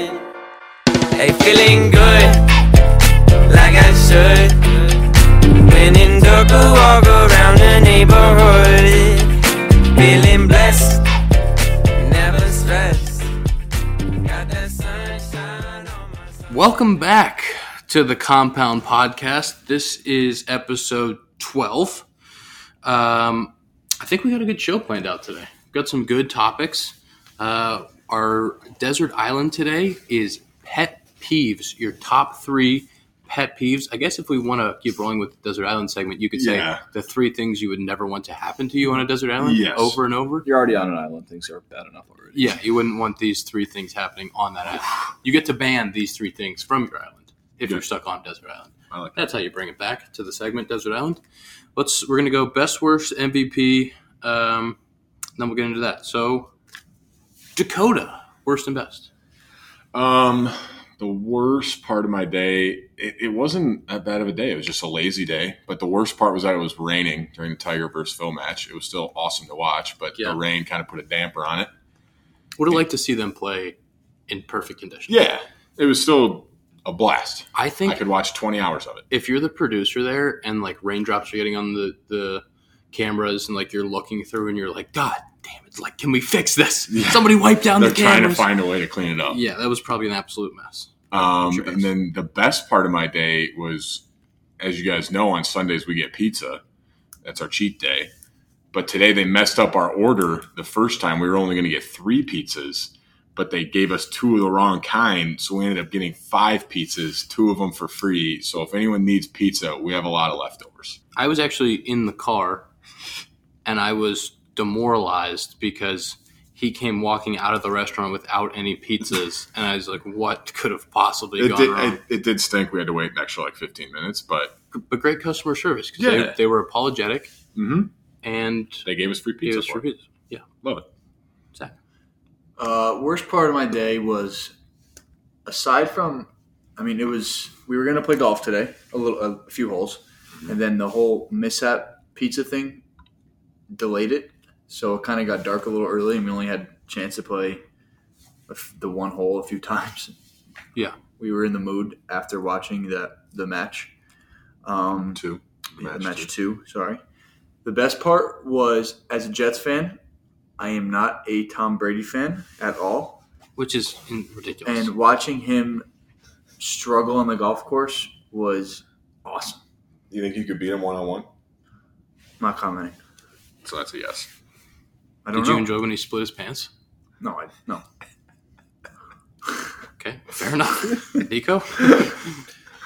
Hey, feeling good, like I should. When in dark, I walk around the neighborhood. Feeling blessed, never stressed. Got that sunshine on my soul. Welcome back to the Compound Podcast. This is episode 12. Um, I think we got a good show planned out today. got some good topics. Uh, our desert island today is pet peeves, your top three pet peeves. I guess if we want to keep rolling with the desert island segment, you could say Yeah. the three things you would never want to happen to you on a desert island Yes. over and over. You're already on an island. Things are bad enough already. Yeah, you wouldn't want these three things happening on that island. You get to ban these three things from your island if you're Yeah. stuck on desert island. I like that. That's how you bring it back to the segment Desert Island. Let's we're gonna go best worst MVP. Um, then we'll get into that. So Dakota, worst and best. Um, the worst part of my day, it, it wasn't that bad of a day. It was just a lazy day. But the worst part was that it was raining during the Tiger versus Phil match. It was still awesome to watch, but Yeah. the rain kind of put a damper on it. Would have liked to see them play in perfect condition. Yeah, it was still a blast. I I think could watch 20 hours of it. if you're the producer there and like raindrops are getting on the the cameras and like you're looking through and you're like, God damn it! Like, can we fix this? Yeah. Somebody wipe down They're the trying to cameras. find a way to clean it up. yeah, that was probably an absolute mess. Um, Sure. and then the best part of my day was, as you guys know, on Sundays we get pizza. That's our cheat day. But today they messed up our order the first time. We were only going to get three pizzas, but they gave us two of the wrong kind. So we ended up getting five pizzas, two of them for free. So if anyone needs pizza, we have a lot of leftovers. I was actually in the car and I was demoralized because he came walking out of the restaurant without any pizzas and I was like, what could have possibly It gone did, wrong? it, it did stink. We had to wait an extra like 15 minutes, but but great customer service because Yeah. they, they were apologetic mhm, and they gave us free gave pizza. us for it. free pizza. Yeah, Love it. Zach. Uh, worst part of my day was, aside from, I mean, it was we were gonna play golf today, a little, a few holes, and then the whole mishap pizza thing delayed it, so it kind of got dark a little early, and we only had a chance to play a f- the one hole a few times. Yeah. we were in the mood after watching that the match. Um, Two. Yeah, match, two. Sorry. The best part was as a Jets fan, I am not a Tom Brady fan at all, Which is in- ridiculous. and watching him struggle on the golf course was awesome. You think you could beat him one on one? not commenting. So that's a yes. I don't did know. you enjoy when he split his pants? no, I, no. Okay, fair enough. Nico?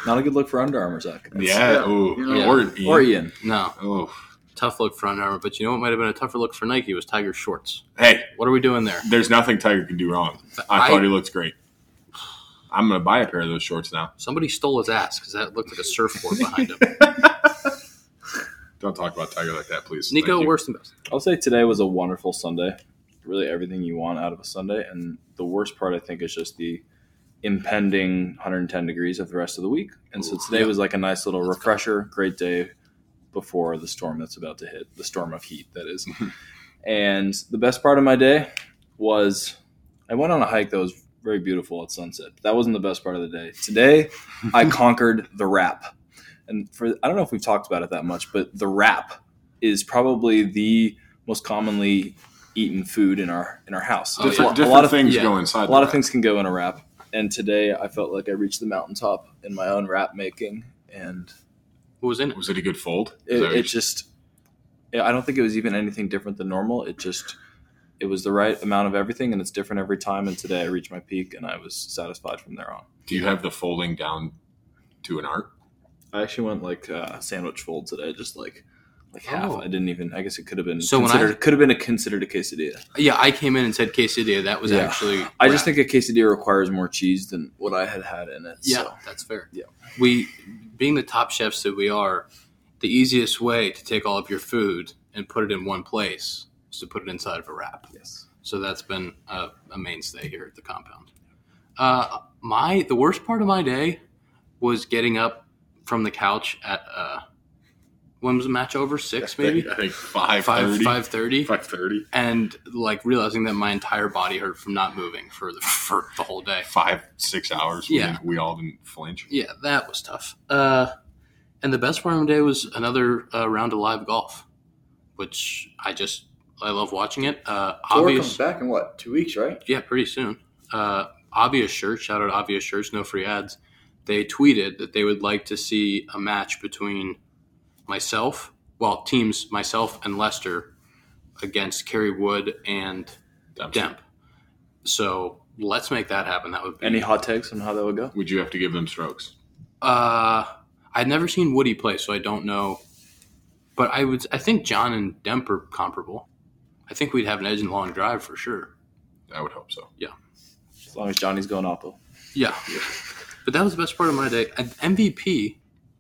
Not a good look for Under Armour, Zach. Yeah. yeah, Ooh. you know. Or Ian. Or Ian. No, Oh, tough look for Under Armour, but you know what might have been a tougher look for Nike was Tiger shorts. hey, What are we doing there? there's nothing Tiger can do wrong. I, I- thought he looked great. I'm gonna buy a pair of those shorts now. Somebody stole his ass because that looked like a surfboard behind him. Don't talk about Tiger like that, please. Thank Nico, you. worst and best. I'll say today was a wonderful Sunday. Really, everything you want out of a Sunday. And the worst part, I think, is just the impending 110 degrees of the rest of the week. And so Ooh, today yeah. was like a nice little refresher, great day before the storm that's about to hit, the storm of heat, that is. and the best part of my day was I went on a hike that was very beautiful at sunset. But that wasn't the best part of the day. Today, I conquered the wrap. And for I don't know if we've talked about it that much, but the wrap is probably the most commonly eaten food in our in our house. Oh, yeah. It's a different, lot- different a lot of things yeah. go inside. a lot the of things can go in a wrap. And today, I felt like I reached the mountaintop in my own wrap making, and What was in wrap. it? Was it a good fold? Is it, that what it you- just i don't think it was even anything different than normal it just it was the right amount of everything and it's different every time and today i reached my peak and i was satisfied from there on do you have the folding down to an art? i actually went like uh, sandwich fold today just like like half Oh. i didn't even i guess it could have been So when I- considered could have been a considered a quesadilla Yeah, I came in and said quesadilla. That was Yeah. actually. i just wrap. think a quesadilla requires more cheese than what i had had in it Yeah, so that's fair. Yeah. We, being the top chefs that we are, the easiest way to take all of your food and put it in one place is to put it inside of a wrap. yes So that's been a, a mainstay here at the compound. Uh, my the worst part of my day was getting up from the couch at uh, when was the match over? Six maybe I think five five thirty. five thirty, Five thirty. and like realizing that my entire body hurt from not moving for the for the whole day. Five six hours. Yeah. We, we all didn't flinch. Yeah, that was tough. Uh, and the best part of my day was another uh, round of live golf, which I just I love watching it. Uh, Tour obvious. comes back in what two weeks, right? Yeah, pretty soon. Uh, Obvious Shirts, shout out Obvious Shirts, no free ads. They tweeted that they would like to see a match between myself, well, teams myself and Lester against Kerry Wood and Dempsey. Demp. So let's make that happen. That would be. Any hot takes on how that would go? Would you have to give them strokes? uh, I'd never seen Woody play, so I don't know. But I would. I think John and Demp are comparable. I think we'd have an edge in long drive for sure. I would hope so. As long as Johnny's going oppo. Yeah. But that was the best part of my day. And MVP,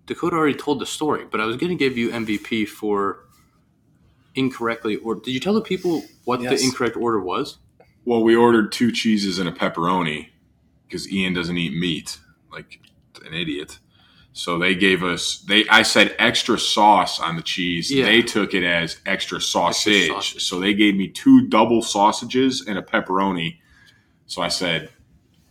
Dakota already told the story, but I was going to give you MVP for incorrectly or did you tell the people what Yes. the incorrect order was? Well, we ordered two cheeses and a pepperoni because Ian doesn't eat meat, like an idiot. So they gave us they. I said extra sauce on the cheese. Yeah. They took it as extra sausage. sausage. So they gave me two double sausages and a pepperoni. So I said,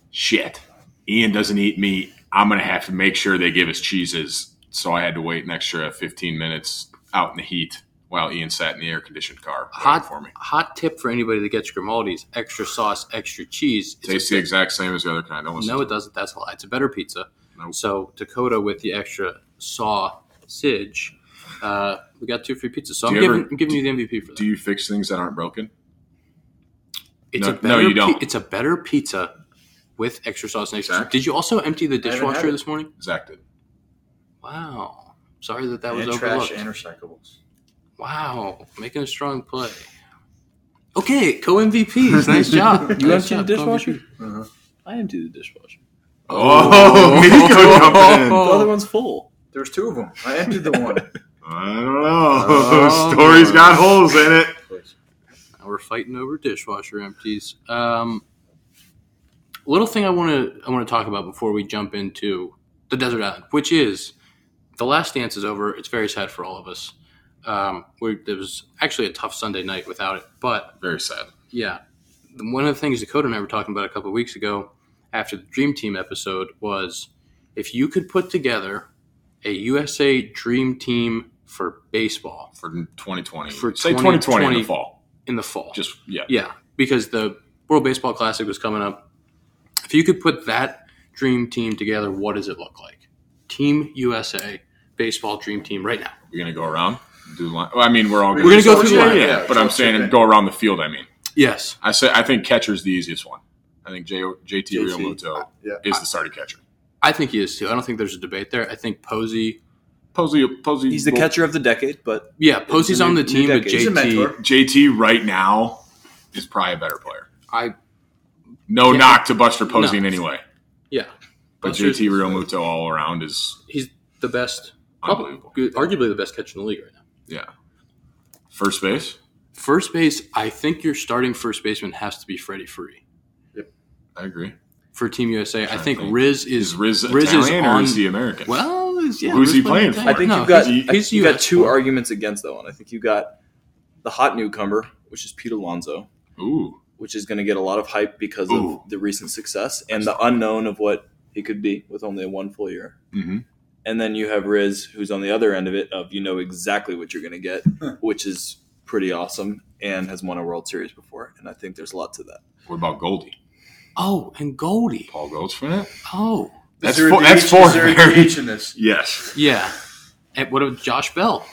"Shit, Ian doesn't eat meat. I'm gonna have to make sure they give us cheeses." So I had to wait an extra 15 minutes out in the heat while Ian sat in the air conditioned car waiting Hot for me. hot tip for anybody that gets Grimaldi's, extra sauce, extra cheese. It's a Tastes the exact same as the other kind. Almost No, it doesn't. That's a lie. It's a better pizza. Nope. So Dakota with the extra sausage, uh, we got two free pizzas. So I'm Do you ever- giving, I'm giving you the MVP for that. Do you fix things that aren't broken? It's No- a no, better you pi- don't. it's a better pizza with extra sauce and extra. Zach? Did you also empty the haven't dishwasher had it. this morning? Zach did. Wow. Sorry that that was and overlooked. trash and recyclables. wow, making a strong play. Okay, co MVPs. nice job. You nice empty the job, co-MVP. dishwasher? Uh-huh. I empty the dishwasher. Oh, he's jumping in. The other one's full. There was two of them. I emptied the one. I Oh. don't know. Story's got holes in it. Now we're fighting over dishwasher empties. Um, little thing I want to I want to talk about before we jump into the desert island, which is the last dance is over. It's very sad for all of us. Um, we, it was actually a tough Sunday night without it, but Very sad. Yeah. One of the things Dakota and I were talking about a couple of weeks ago after the Dream Team episode was if you could put together a USA Dream Team for baseball For 2020. For Say 2020 in 2020. the fall. in the fall. Just, yeah. yeah, because the World Baseball Classic was coming up. If you could put that dream team together, what does it look like? Team USA baseball dream team right now. We're going to go around. Do line. Well, I mean, we're all going We're gonna go through So it's the Yeah, line. fine. yeah, but so I'm it's saying okay. go around the field, I mean. Yes. I say I think catcher's the easiest one. I think J- JT JT. Realmuto Yeah. is the starting catcher. I think he is too. I don't think there's a debate there. I think Posey Posey, Posey He's the well, catcher of the decade, but yeah, Posey's new- on the new team, but decade. He's He's a JT mentor. JT right now is probably a better player. I No Yeah. knock to Buster Posey in No. any way. yeah. But Buster's- JT Realmuto all around is he's the best, probably, Unbelievable. good- arguably the best catcher in the league right now. Yeah. First base. First base, I think your starting first baseman has to be Freddie Free I agree. for Team USA. I Trying to think think. Riz Is is Riz, Riz is Italian or on- is he American? well. is- yeah, Who's Riz he playing Italian. for? I think No, you've got he's- I he's think you got US two born. arguments against that one. I think you got the hot newcomer, which is Pete Alonso, Ooh. which is going to get a lot of hype because Ooh. of the recent success and the unknown of what he could be with only one full year. Mm-hmm. And then you have Riz, who's on the other end of it, of you know exactly what you're going to get, which is pretty awesome and has won a World Series before. And I think there's a lot to that. What about Goldie? Oh, and Goldie. Paul Goldschmidt? Oh, That's Is there a four. That's DH? four. Is there a very- DH in this? Yes. yeah. And what about Josh Bell?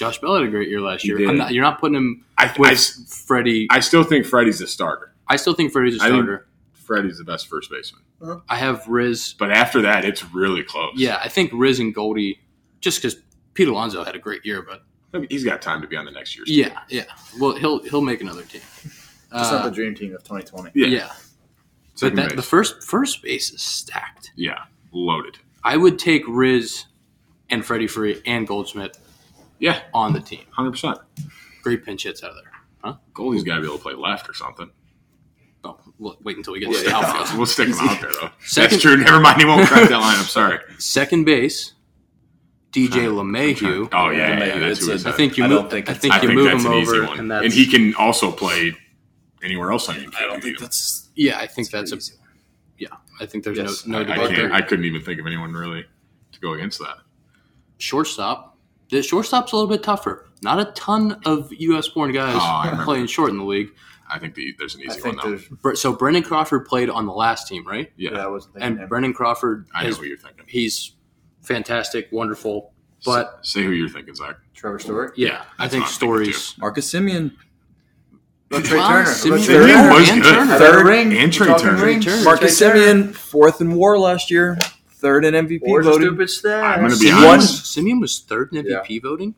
Josh Bell had a great year last He year. did. I'm not, you're not putting him I, I with s- Freddie. I, I still think Freddie's the starter. still think Freddie's a I think- starter. Freddie's the best first baseman. I have Riz. But after that, it's really close. Yeah, I think Riz and Goldie, just because Pete Alonso had a great year, but I mean, he's got time to be on the next year's team. yeah, yeah. Well, he'll he'll make another team. It's Uh, not the dream team of 2020. Yeah. Yeah. But Second that, base. the first first base is stacked. yeah. Loaded. I would take Riz and Freddie Free and Goldschmidt Yeah. on the team. 100%. Great pinch hits out of there. Goldie's got to be able to play left or something. Oh, look, wait until we get to the Yeah, outfield. we'll stick them out there though. Second- That's true. Never mind. He won't crack that line. I'm sorry. Second base, DJ LeMahieu. Oh yeah, yeah, Maybe yeah that's it's who a- it's I think you I move. don't think I it's- think I you think move that's him an easy over, one. and And, that's he can also play anywhere else on your I don't team. think that's. yeah. I think that's, pretty a yeah. I think there's Yes. no no I, debate can't, there. I couldn't even think of anyone really to go against that. shortstop. The shortstop's a little bit tougher. Not a ton of U.S. born guys Oh, I remember. playing short in the league. I think the, there's an I easy one think though. there's. Br- So Brendan Crawford played on the last team, right? Yeah, Yeah, I wasn't thinking. And him. Brendan Crawford, I know is, what you're thinking. he's fantastic, wonderful. But S- say who you're thinking, Zach. Trevor Stewart. yeah, I yeah, that's think what I'm thinking stories. Marcus Simeon. But Trey Wow, Turner. Simeon- Trey Turner. Simeon was and good. Turner. Third Third ring and Trey We're talking Turner. rings. Turner. Marcus Trey Turner. Simeon, fourth in WAR last year, third in MVP Or the voting. stupid stats. I'm gonna be Simeon, One- was, Simeon was third in MVP voting.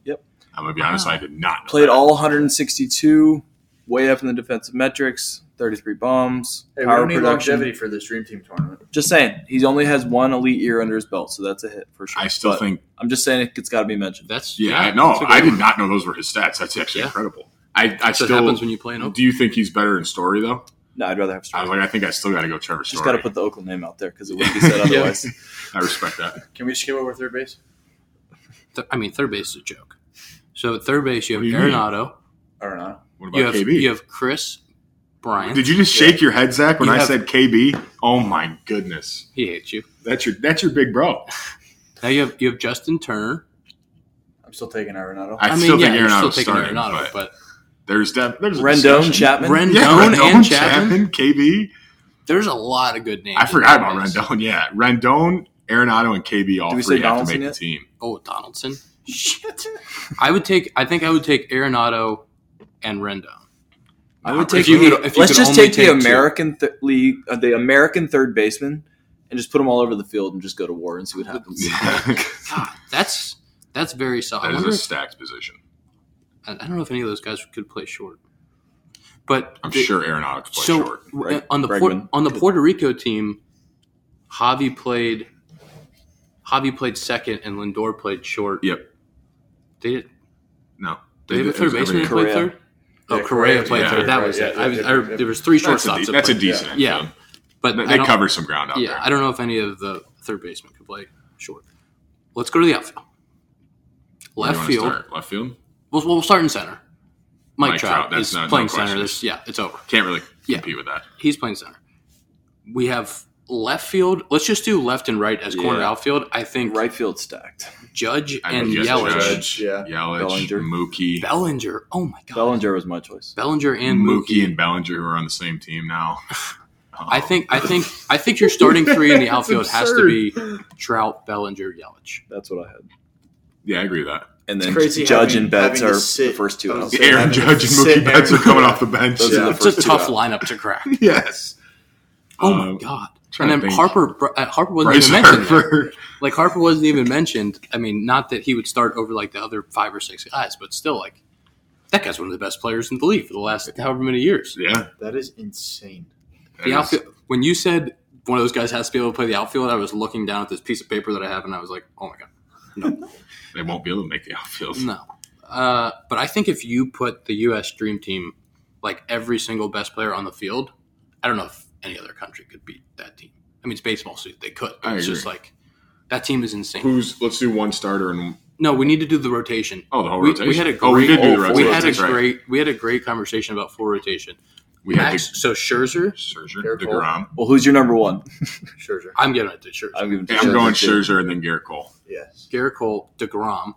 I'm gonna be honest. I did not know Played that. all 162, way up in the defensive metrics. 33 bombs, Hey, we power don't need production. longevity for this Dream Team tournament. Just saying, he only has one elite year under his belt, so that's a hit for sure. I still But think. I'm just saying it's got to be mentioned. That's Yeah, I, no, that's a good I did one. not know those were his stats. That's actually Yeah. incredible. I, I That's what still. happens when you play an open. do you think he's better in story though? No, I'd rather I have was Stroud. like, I think I still got to go Trevor Story. Just got to put the Oakland name out there because it wouldn't be said otherwise. I respect that. Can we skip over third base? Th- I mean, third base is a joke. So at third base, you have What do you mean? Arenado, I don't know. What about you have KB? you have Chris Bryant. Did you just shake your head, Zach, when You I have- said KB? Oh my goodness, he hates you. that's your that's your big bro. Now you have you have Justin Turner. I'm still taking Arenado. I, I, mean, still yeah, think you're Arenado's still taking starting, Arenado, but, but there's that there's a Rendon, discussion. Chapman. Rendon, yeah, Rendon and Chapman. KB. There's a lot of good names. I forgot in about this. Rendon. Yeah, Rendon, Arenado, and KB all Did we three have say Donaldson to make yet? the team. Oh, Donaldson. Shit. I would take. I think I would take Arenado and Rendon. I would If take. you the- could- if you let's could just only take, take the two. American th- league, uh, the American third baseman, and just put them all over the field and just go to war and see what happens. Yeah. God, that's that's very solid. that I, is wonder a if, stacked position. I I don't know if any of those guys could play short, but I'm the- sure Arenado could play so short. w- Breg- on the Por- Bregman. on the Puerto Rico team, Javi played. Javi played second, and Lindor played short. Yep. They did. No, They have a it third was baseman that everything. played Correa. third. Oh, Yeah, Correa Correa played yeah. third. That was Yeah, it. yeah, I was. yeah, I, yeah. there was three That's, shortstops. a, de- that that's a played. decent. Yeah. infield. but I they don't- cover some ground out yeah, there. I don't know if any of the third basemen could play short. Let's go to the outfield. Where Left do you wanna field. start? Left field. We'll, we'll start in center. Mike, Mike Trout, Trout, that's is not- no playing center. questions. This, yeah, it's over. Can't really Yeah. compete with that. He's playing center. We have left field. Let's just do left and right as corner Yeah. outfield. I think Right field stacked. Judge I and would guess Yelich. Judge, Yeah. Yelich, Bellinger. Mookie, Bellinger. Oh my god. Bellinger was my choice. Bellinger and Mookie, Mookie. and Bellinger who are on the same team now. Um, I think I think I think your starting three in the outfield has to be Trout, Bellinger, Yelich. That's what I had. Yeah, I agree with that. And It's then crazy Judge having- and Betts having are to sit- the first two those- outs. Yeah. Aaron having to Judge and sit Mookie Betts are Aaron- coming off the bench. Those are the It's a first two tough out. lineup to crack. yes. Oh Um, my god! trying And to then think. Harper, uh, Harper wasn't Bryce even mentioned. there. Harper. Like Harper wasn't even mentioned. I mean, not that he would start over like the other five or six guys, but still, like that guy's one of the best players in the league for the last however many years. Yeah. That is insane. that The is- outfield. When you said one of those guys has to be able to play the outfield, I was looking down at this piece of paper that I have, and I was like, oh my god, They won't be able to make the outfield. no. Uh, but I think if you put the U.S. Dream Team, like every single best player on the field, I don't know if any other country could beat that team. I mean, it's baseball, so they could. But I it's agree. just like that team is insane. Who's let's do one starter and No, we need to do the rotation. oh the whole we, rotation. we had a great, oh we did do the we rotation. had a That's right. great we had a great conversation about full rotation. we had Max, so Scherzer, the Scherzer, Garrett Cole. Degrom. Well, who's your number one? Scherzer. I'm giving it to Scherzer. I'm, giving Yeah, I'm going Scherzer. Scherzer and then Garrett Cole. Yes. Garrett Cole, Degrom,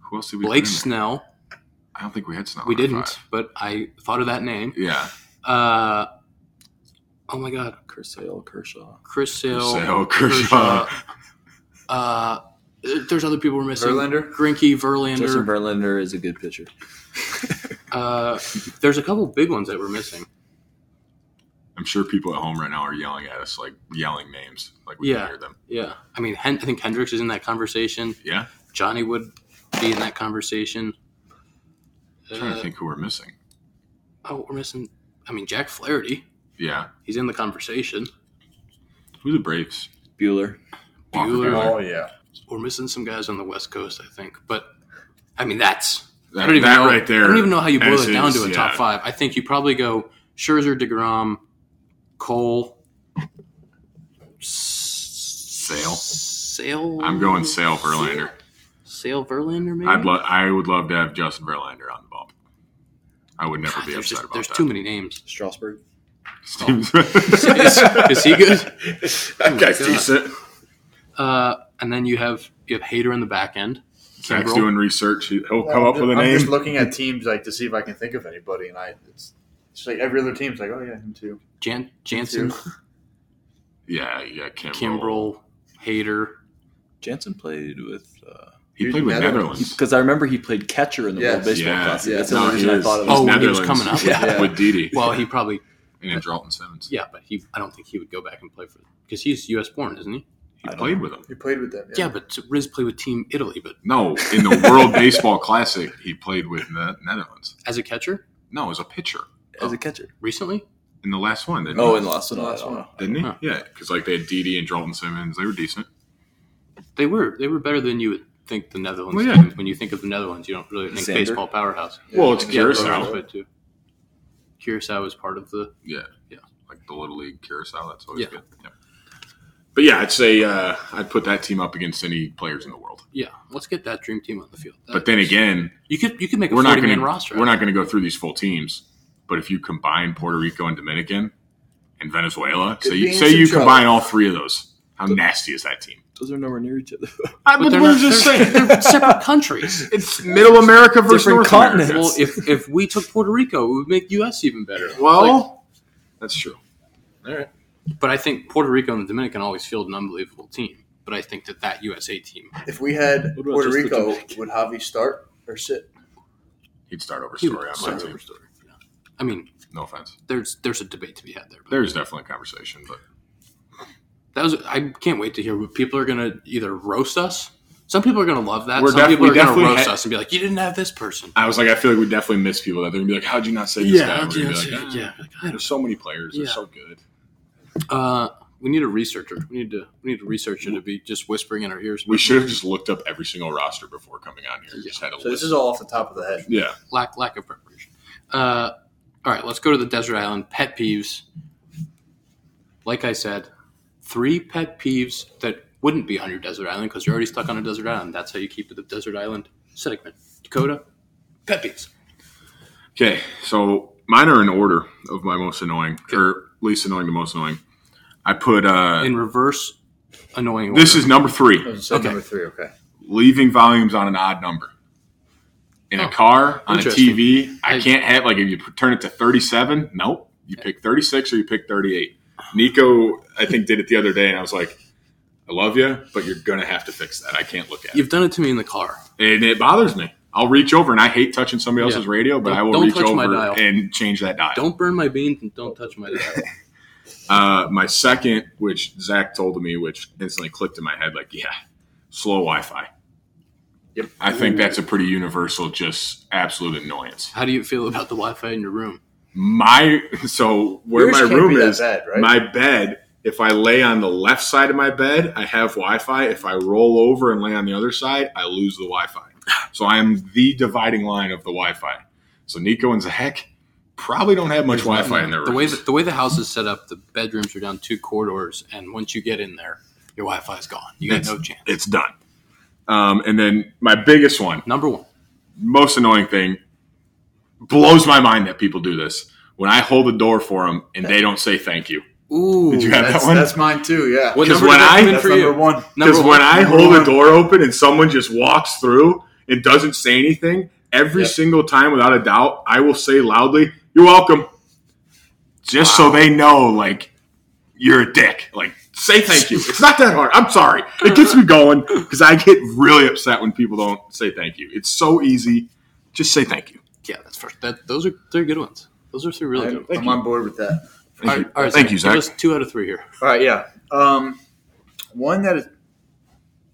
Who else did we? Blake put in there? Snell. I don't think we had Snell. We in our didn't, five. but I thought of that name. Yeah. Uh, oh my God, Kersale, Kershaw. Chris Sale, Sale, Kershaw. Uh, there's other people we're missing. Verlander? Grinky, Verlander. Justin Verlander is a good pitcher. uh, there's a couple big ones that we're missing. I'm sure people at home right now are yelling at us, like yelling names, like we Yeah. can hear them. Yeah, I mean, Hen- I think Hendricks is in that conversation. Yeah, Johnny would be in that conversation. I'm trying Uh, to think who we're missing. Oh, we're missing. I mean, Jack Flaherty. Yeah, He's in the conversation. who's the Braves? Bueller. Walker Bueller. Oh, Buehler. yeah. We're missing some guys on the West Coast, I think. But I mean, that's That, I don't even that know right there. I don't even know how you boil as it down is, to a yeah. top five. I think you probably go Scherzer, Degrom, Cole, Sale, Sale. I'm going Sale Verlander. Sale Verlander. Maybe I'd love. I would love to have Justin Verlander on the bump. I would never God, be there's upset just- about there's that. too many Oh. names. Strasburg. Steve's- Is, is he good? that guy's Oh God. decent. Uh, and then you have you have Hater in the back end. Zach's Kimbrel. doing research. He- He'll come I'm up ju- with a I'm just name. looking at teams like to see if I can think of anybody, and I it's, it's like every other team's like, oh yeah, him too. Jan- Jansen, Yeah, yeah, Kimbrel. Kimbrel, Hater. Jansen played with He Dude, played with Netherlands. Netherlands. because I remember he played catcher in the Yes. World Baseball Yeah. Classic. Yeah. That's No, the he reason I is. thought it was. Oh, when he was Netherlands coming up. with, Yeah. with Didi Well, he probably and then Dalton Simmons. yeah, but he I don't think he would go back and play for because he's U.S. born, isn't he? He I don't played with him. You played with them. Yeah, but Riz played with Team Italy, but No, in the World Baseball Classic, he played with the Netherlands. as a catcher No, as a pitcher as a catcher. recently. in the last one. Didn't Oh, he? and last one. Last I don't one. know. didn't he? Huh. Yeah, because like they had Didi and Dalton Simmons. They were decent. They were they were better than you would think the Netherlands. Well, yeah. When you think of the Netherlands, you don't really think Sander. baseball powerhouse. Well, it's Yeah, Curacao. Curacao played too. Curacao was part of the Yeah, Yeah. like the Little League Curacao. That's always Yeah. good. Yeah. But yeah, I'd say uh, I'd put that team up against any players in the world. yeah. Let's get that dream team on the field. But then again, you could you could make a we're not forty going man to roster. we're not going to go through these full teams. But if you combine Puerto Rico and Dominican and Venezuela, Could say be you, in say some you trouble. combine all three of those, how nasty is that team? Those are nowhere near each other. I, But they're not- they're- they're separate countries. It's Middle America versus Different North continents. America. Well, if if we took Puerto Rico, it would make U.S. even better. Like, Well, that's true. All right. but I think Puerto Rico and the Dominican always field an unbelievable team. But I think that that USA team, if we had What about Puerto just the Rico, Dominican? would Javi start or sit? He'd start over he story would on my start team. over story. Yeah. I mean, No offense. there's there's a debate to be had there. But There's definitely a conversation, but that was I can't wait to hear what people are gonna either roast us. Some people are gonna love that. We're Some def- people we are gonna definitely roast had- us and be like, "You didn't have this person." I was like, I feel like we definitely miss people that they're gonna be like, "How'd you not say this guy?" yeah, We're yeah, gonna be yeah, like, "Ah." yeah. Like, I There's so many players. They're Yeah. so good. don't- Uh, we need a researcher. We need to we need a researcher to be just whispering in our ears. We should have just looked up every single roster before coming on here. Just had a So this list. is all off the top of the head. yeah. lack lack of preparation. Uh, all right, let's go to the desert island pet peeves. Like I said, three pet peeves that wouldn't be on your desert island because you're already stuck on a desert island. That's how you keep it a desert island segment. Dakota, pet peeves. Okay, so mine are in order of my most annoying, or least annoying to most annoying. I put uh, In reverse, annoying. Order. this is number three. So Okay. number three, okay. leaving volumes on an odd number. In Oh, a car, on a interesting. TV, I, I- can't have like if you turn it to 37, nope. You pick 36 or you pick 38. Nico, I think did it the other day, and I was like, "I love you, but you're gonna have to fix that. I can't look at it, You've done it to me in the car. and it bothers me. I'll reach over, and I hate touching somebody else's Yeah. radio, but Don't- I will don't reach touch my over dial. and change that dial. Don't burn my beans and don't touch my. dial. Uh, my second, which Zach told me, which instantly clicked in my head, like, yeah, slow Wi-Fi. Yep. I think that's a pretty universal, just absolute annoyance. How do you feel about the Wi-Fi in your room? My so where Yours my can't room be that is, bad, right? my bed. If I lay on the left side of my bed, I have Wi-Fi. If I roll over and lay on the other side, I lose the Wi-Fi. So I am the dividing line of the Wi-Fi. So Nico and Zach probably don't have much Wi-Fi in their The way rooms. that the way the house is set up, the bedrooms are down two corridors, and once you get in there, your Wi-Fi is gone. You got It's- no chance. It's done. Um, and then my biggest one, Number one. most annoying thing blows my mind that people do this when I hold the door for them and they don't say thank you. Ooh. Did you have That's, that one? that's mine too, yeah. What 'Cause number when did that I- come in that's for number you? one. Number Because when I Number hold one. the door open and someone just walks through and doesn't say anything, every Yep. single time without a doubt, I will say loudly, "You're welcome," just so they know like you're a dick. Like say thank you. It's not that hard. I'm sorry. It gets me going because I get really upset when people don't say thank you. It's so easy. Just say thank you. yeah, that's first. That those are they're good ones. Those are three really good I'm, ones. I'm on board with that. Thank All you, right, all right, thank you Zach. Zach. Give us two out of three here. All right, yeah. Um, one that is,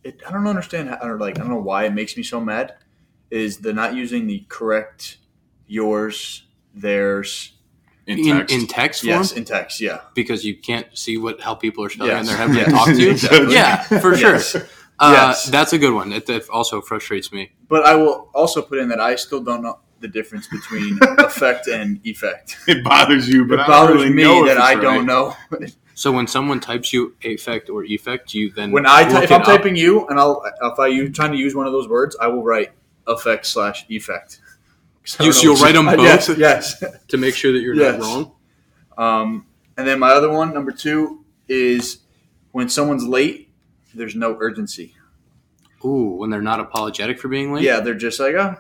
it, I don't understand. How, or like, I don't know why it makes me so mad. Is the not using the correct yours, theirs, in In text. in text form yes, in text, yeah. because you can't see what how people are spelling Yes. and they're having Yes. to talk to you. Exactly. Yeah, for sure. Yes. Uh, Yes. That's a good one. It, that also frustrates me. But I will also put in that I still don't know. the difference between effect and effect. It bothers you, It but I don't bothers really me know if that it's I right. don't know. So when someone types you affect or effect, you then When I ty- look if it I'm up? typing you and I'll if I you trying to use one of those words, I will write effect slash effect. 'Cause I You- so don't know you'll which- write 'em Uh, both? Yes, yes. to make sure that you're Yes. not wrong. Um, and then my other one, number two, is when someone's late. There's no urgency. Ooh, when they're not apologetic for being late. Yeah, they're just like, oh,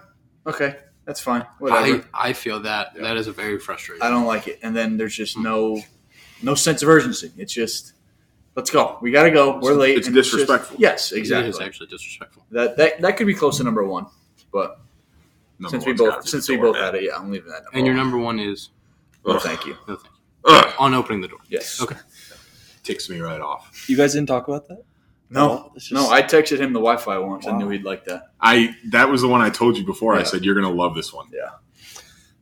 okay, that's fine, whatever. I, I feel that that is a very frustrating. I don't like it. And then there's just no no sense of urgency. It's just let's go. We gotta go. We're late. it's And just- disrespectful. yes, It is exactly. actually disrespectful. That, that that could be close to number one, but Number since we one's gotta both be since the we door. both had it, yeah, I'm leaving that. Number And your one. number one is Well, Ugh. thank you. no, thank you. Ugh, on opening the door. Yes. Okay. ticks me right off. You guys didn't talk about that? No, It's just- no. I texted him the Wi-Fi once. I Wow. knew he'd like that. I that was the one I told you before. I Yeah. said you're gonna love this one.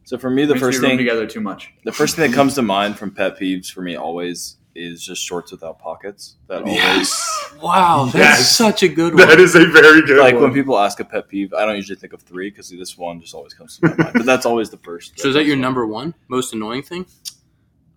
So for me, the Makes first me room thing together too much. the first thing that comes to mind from pet peeves for me always is just shorts without pockets. That always Yes, Wow, that's Yes. such a good one. that is a very good like when one. people ask a pet peeve, I don't usually think of three because this one just always comes to my mind. But that's always the first. so is that your comes to number one most annoying thing?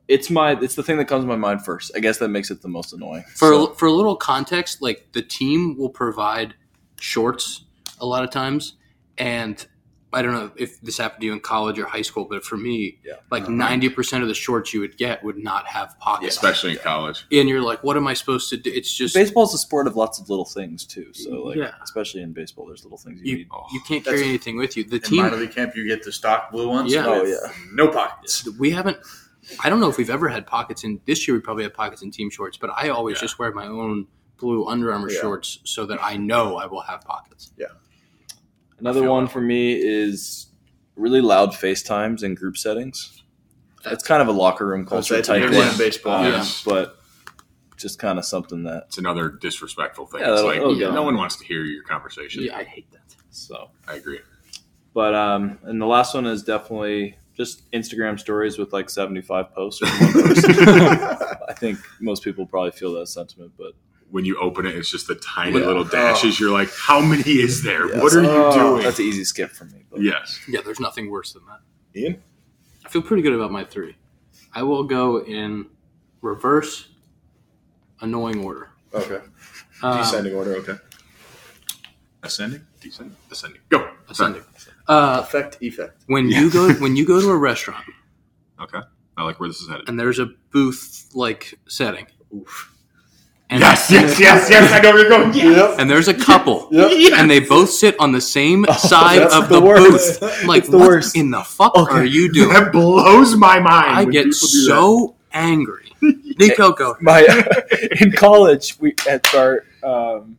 It's my it's the thing that comes to my mind first. I guess that makes it the most annoying. For So- for a little context, like the team will provide shorts a lot of times, and I don't know if this happened to you in college or high school, but for me, Yeah. like ninety percent of the shorts you would get would not have pockets, especially in college. and you're like, what am I supposed to do? It's just baseball's a sport of lots of little things too. So like Yeah. especially in baseball, there's little things you, you need. you can't That's- carry anything with you. The In minor team league camp, you get the stock blue ones. Yeah. Oh with yeah, No pockets. we haven't. I don't know if we've ever had pockets in this year. We probably have pockets in team shorts, but I always just wear my own blue Under Armour Yeah. shorts so that I know I will have pockets. Another feel one that. for me is really loud FaceTimes in group settings. It's kind of a locker room culture That's type everyone in thing, baseball. Yeah. but just kind of something that. It's another disrespectful thing. Yeah, it's that'll- like that'll go. no one wants to hear your conversation. I hate that. So, I agree. but um, and the last one is definitely just Instagram stories with like seventy-five posts. Or one post. I think most people probably feel that sentiment, but When you open it, it's just the tiny Yeah. little dashes. You're like, how many is there? What are you Oh, doing? that's an easy skip for me. But Yes. Yeah, there's nothing worse than that. Ian? I feel pretty good about my three. I will go in reverse annoying order. Okay. Um, order. Okay. Ascending, descending, ascending. Go. Ascending. Uh, Effect, effect. when Yeah. you go when you go to a restaurant Okay. I like where this is headed. and there's a booth like setting, Oof. and, yes, yes, yes. I know where you're going. Yes. and there's a couple. and they both sit on the same Oh, side that's of the the, worst. booth. I'm Like, It's the what worst. in the fuck are you doing? That blows my mind. I when get people do that. so angry. Nico, go. my uh, in college we at our um,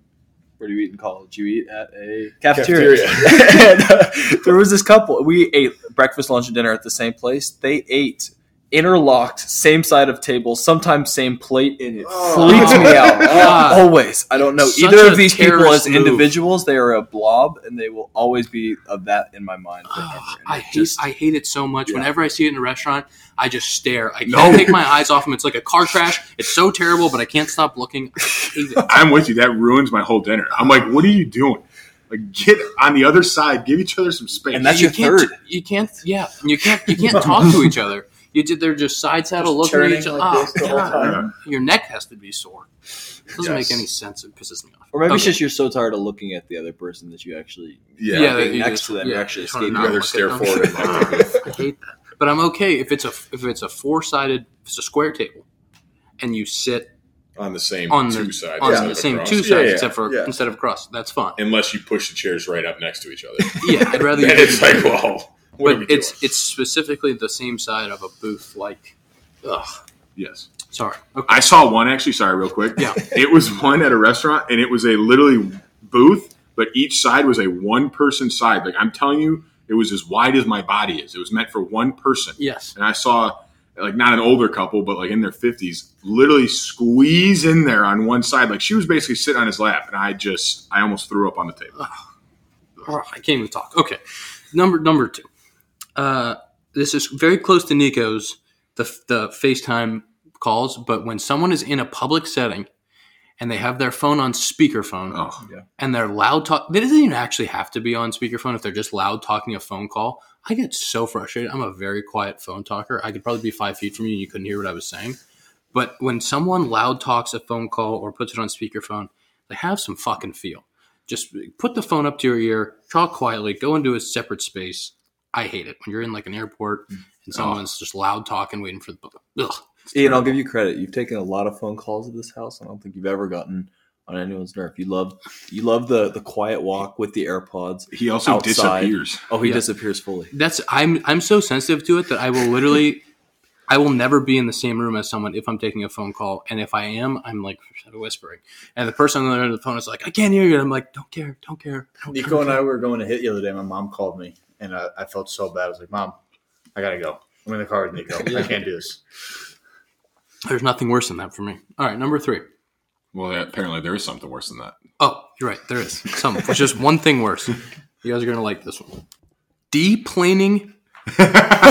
where do you eat in college? You eat at a cafeteria. and, uh, there was this couple. We ate breakfast, lunch, and dinner at the same place. They ate interlocked, same side of table, sometimes same plate, and it freaked me out. God. Always, I don't know Oh. Such either a of these people terrorist as move. individuals. They are a blob, and they will always be of that in my mind. Forever. Ugh, And Ah, I it hate just- I hate it so much. Yeah. Whenever I see it in a restaurant, I just stare. I can't No. take my eyes off them. It's like a car crash. It's so terrible, but I can't stop looking. I hate it. I'm with you. That ruins my whole dinner. I'm like, what are you doing? Like, get on the other side. Give each other some space. And that's you your can't, third. You can't. Yeah, you can't. You can't talk to each other. You did. They're just side saddle looking at turning each other. Ah, like this the whole time. Your neck has to be sore. It doesn't Yes. make any sense. It pisses me off. Or maybe it's Okay. just you're so tired of looking at the other person that you actually yeah. Yeah, being you next just- to them. yeah, you're actually you just wanna escaping. not your look at them. I hate that. But I'm okay if it's a if it's a four sided if it's a square table, and you sit on the same on the sides. on instead the of same across. two Yeah, sides yeah. except for yeah. instead of across. That's fine. Unless you push the chairs right up next to each other. Yeah, I'd rather. you and it's didn't. like, well, what are we but it's doing? it's specifically the same side of a booth. Like, ugh. yes. Sorry. Okay. I saw one actually. Sorry, real quick. Yeah. it was one at a restaurant, and it was a literally booth, but each side was a one-person side. Like I'm telling you, it was as wide as my body is. It was meant for one person. Yes. And I saw like not an older couple, but like in their fifties, literally squeeze in there on one side. Like she was basically sitting on his lap, and I just I almost threw up on the table. Ugh, Oh, I can't even talk. Okay. Number number two. Uh, this is very close to Nico's the the FaceTime calls, but when someone is in a public setting and they have their phone on speakerphone Oh, and they're loud talk. They doesn't even actually have to be on speakerphone if they're just loud talking a phone call. I get so frustrated. I'm a very quiet phone talker. I could probably be five feet from you and you couldn't hear what I was saying. But when someone loud talks a phone call or puts it on speakerphone, they have some fucking feel. Just put the phone up to your ear, talk quietly, go into a separate space. I hate it when you're in like an airport and someone's just loud talking, waiting for the. Ugh. Ian, I'll give you credit. You've taken a lot of phone calls at this house. and I don't think you've ever gotten on anyone's nerve. You love you love the the quiet walk with the AirPods. he also Outside. disappears. Oh, he Yeah. disappears fully. that's I'm I'm so sensitive to it that I will literally I will never be in the same room as someone if I'm taking a phone call. And if I am, I'm like whispering. And the person on the other end of the phone is like, I can't hear you. And I'm like, don't care, don't care. Don't Nico and I were going to hit the other day. My mom called me, and I, I felt so bad. I was like, "Mom, I gotta go. I'm in the car with Nico. I can't do this." There's nothing worse than that for me. All right, number three. Well, apparently there is something worse than that. Oh, you're right. There is some. It's just one thing worse. You guys are gonna like this one. Deplaning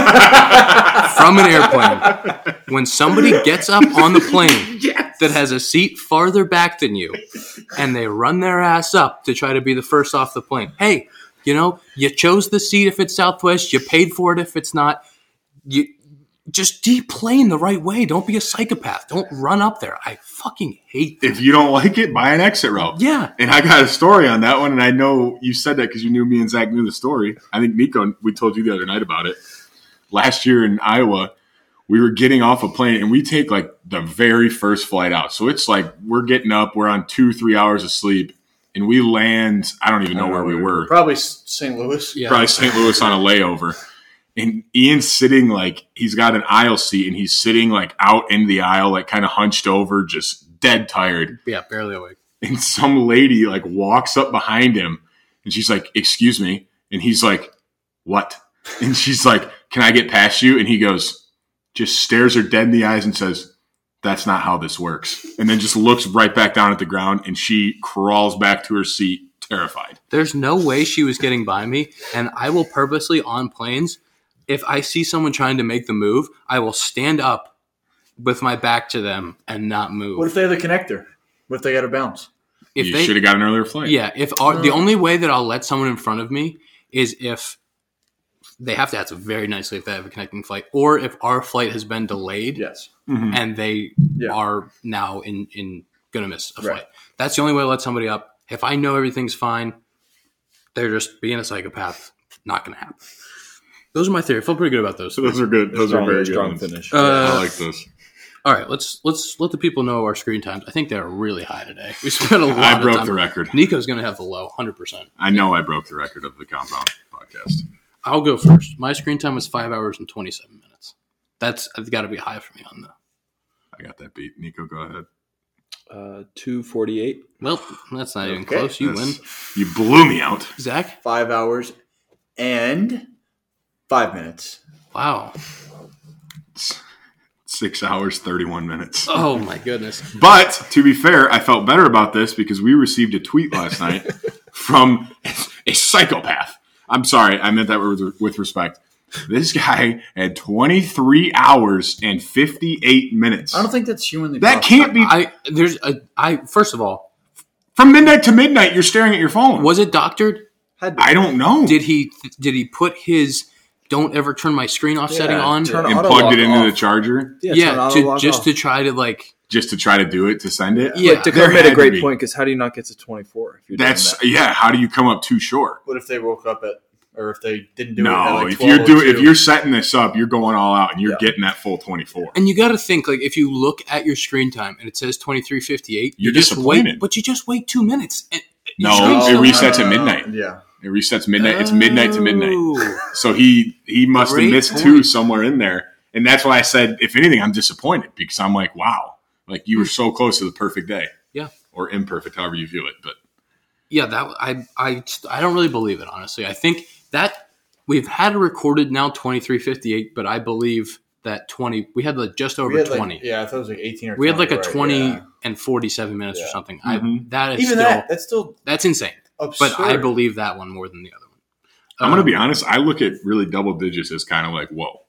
from an airplane. When somebody gets up on the plane that has a seat farther back than you, and they run their ass up to try to be the first off the plane. Hey, you know, you chose the seat if it's Southwest. You paid for it if it's not. You just deplane the right way. Don't be a psychopath. Don't run up there. I fucking hate this. If you don't like it, buy an exit route. Yeah. And I got a story on that one, and I know you said that because you knew me and Zach knew the story. I think Nico, we told you the other night about it. Last year in Iowa, we were getting off a plane, and we take like the very first flight out. So it's like we're getting up, we're on two, three hours of sleep, and we land. I don't even know where we were. Probably S- St. Louis. Yeah. Probably St. Louis on a layover. And Ian's sitting like he's got an aisle seat, and he's sitting like out in the aisle, like kind of hunched over, just dead tired Yeah, barely awake. and some lady like walks up behind him and she's like excuse me and he's like what and she's like can i get past you and he goes just stares her dead in the eyes and says that's not how this works and then just looks right back down at the ground and she crawls back to her seat terrified There's no way she was getting by me, and I will purposely on planes. If I see someone trying to make the move, I will stand up with my back to them and not move. What if they have the connector? What if they got a bounce? if you they, should have got an earlier flight yeah, if our, the only way that I'll let someone in front of me is if they have to ask very nicely if they have a connecting flight, or if our flight has been delayed Yes. Mm-hmm. and they Yeah. are now in in gonna miss a Right. flight. That's the only way I let somebody up. If I know everything's fine, they're just being a psychopath. Not gonna happen. Those are my theory. I feel pretty good about those. those are good those are Strong, very strong strong good ones. finish. i Uh, like those all right, let's let's let the people know our screen times. I think they're really high today. We spent a lot. i of broke time. the record Nico's gonna have the low, hundred percent. i know i broke the record of the compound podcast I'll go first. My screen time was five hours and twenty seven minutes. That's got to be high for me on the. i got that beat nico go ahead Uh, Two forty eight. Well, that's not even Okay. close. You win, That's- you blew me out Zach. Five hours and five minutes. Wow. Oh. six hours 31 minutes Oh my goodness. But to be fair, I felt better about this because we received a tweet last night from a psychopath. I'm sorry, I meant that with, with respect. This guy had 23 hours and 58 minutes. I don't think that's humanly. That possible. can't be I there's a I first of all from midnight to midnight. You're staring at your phone. was it doctored? Had to be. I don't know. Did he did he put his don't ever turn my screen off setting on? turn and auto plugged it lock into off. the charger turn yeah, auto to, lock just off. to try to like just to try to do it to send it. Yeah. Like, There Dakota made had a to great be. point because how do you not get to twenty four if you're That's doing that? yeah. How do you come up too short? What if they woke up at, or if they didn't do it? at No, like if you're doing 12:02? if you're setting this up, you're going all out and you're Yeah. getting that full 24. and you got to think like if you look at your screen time and it says 2358 you You're just wait disappointed. but you just wait 2 minutes and your No, screen's it still resets on. at midnight. Oh, Yeah. It resets midnight. It's midnight to midnight. Oh. So he he must Great have missed point. two somewhere in there, and that's why I said, if anything, I'm disappointed because I'm like, wow, like you were so close to the perfect day, Hmm. Yeah. or imperfect, however you view it. But yeah, that I I I don't really believe it honestly. I think that we've had recorded now 2358 but I believe that 20 we had like just over We had 20. like, yeah, I thought it was like 18 or We had like a right? 20 Yeah. and 47 minutes or Yeah. something. I, Mhm. that is Even still, that, that's still that's insane. absurd. But I believe that one more than the other one. I'm gonna Um, be honest, I look at really double digits as kind of like, whoa,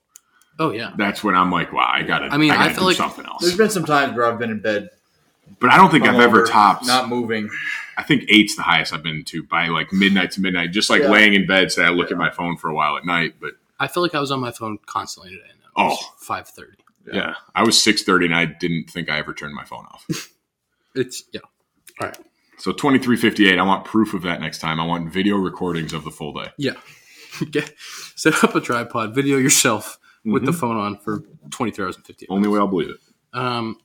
Oh, yeah. that's when I'm like, wow, I gotta, I mean, I gotta feel do like- something There's else. been some times where I've been in bed But I don't think I've ever topped. Not moving. I think eight's the highest I've been to by like midnight to midnight, just like Yeah. laying in bed. Say I look at my phone for a while at night, but I feel like I was on my phone constantly today. And it Oh. five thirty. yeah, I was six thirty and I didn't think I ever turned my phone off. It's yeah. All right. so twenty three fifty eight. I want proof of that next time. I want video recordings of the full day. Yeah. Get, set up a tripod, video yourself with Mm-hmm. the phone on for 23 hours and 50 Only way I'll believe it. Um,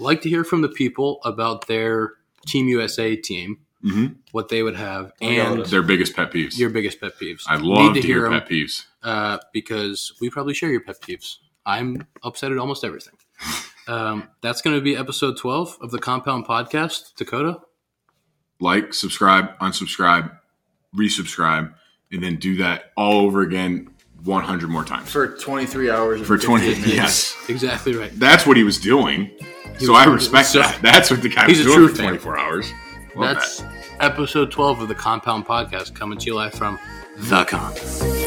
like to hear from the people about their Team USA team, Mhm. what they would have, and Their biggest pet peeves. your biggest pet peeves. I love to, hear, 'em, pet peeves. uh, because we probably share your pet peeves. I'm upset at almost everything. Um, that's going to be episode 12 of the Compound Podcast. Dakota, Like, subscribe, unsubscribe, resubscribe, and then do that all over again, one hundred more times For 23 hours. and for 58 twenty. minutes. Yes. exactly right. that's what he was doing. was so I doing respect it. that. That's what the guy He's was a doing true for fan. 24 hours. Love That's episode 12 of the Compound Podcast coming to you live from The Comp.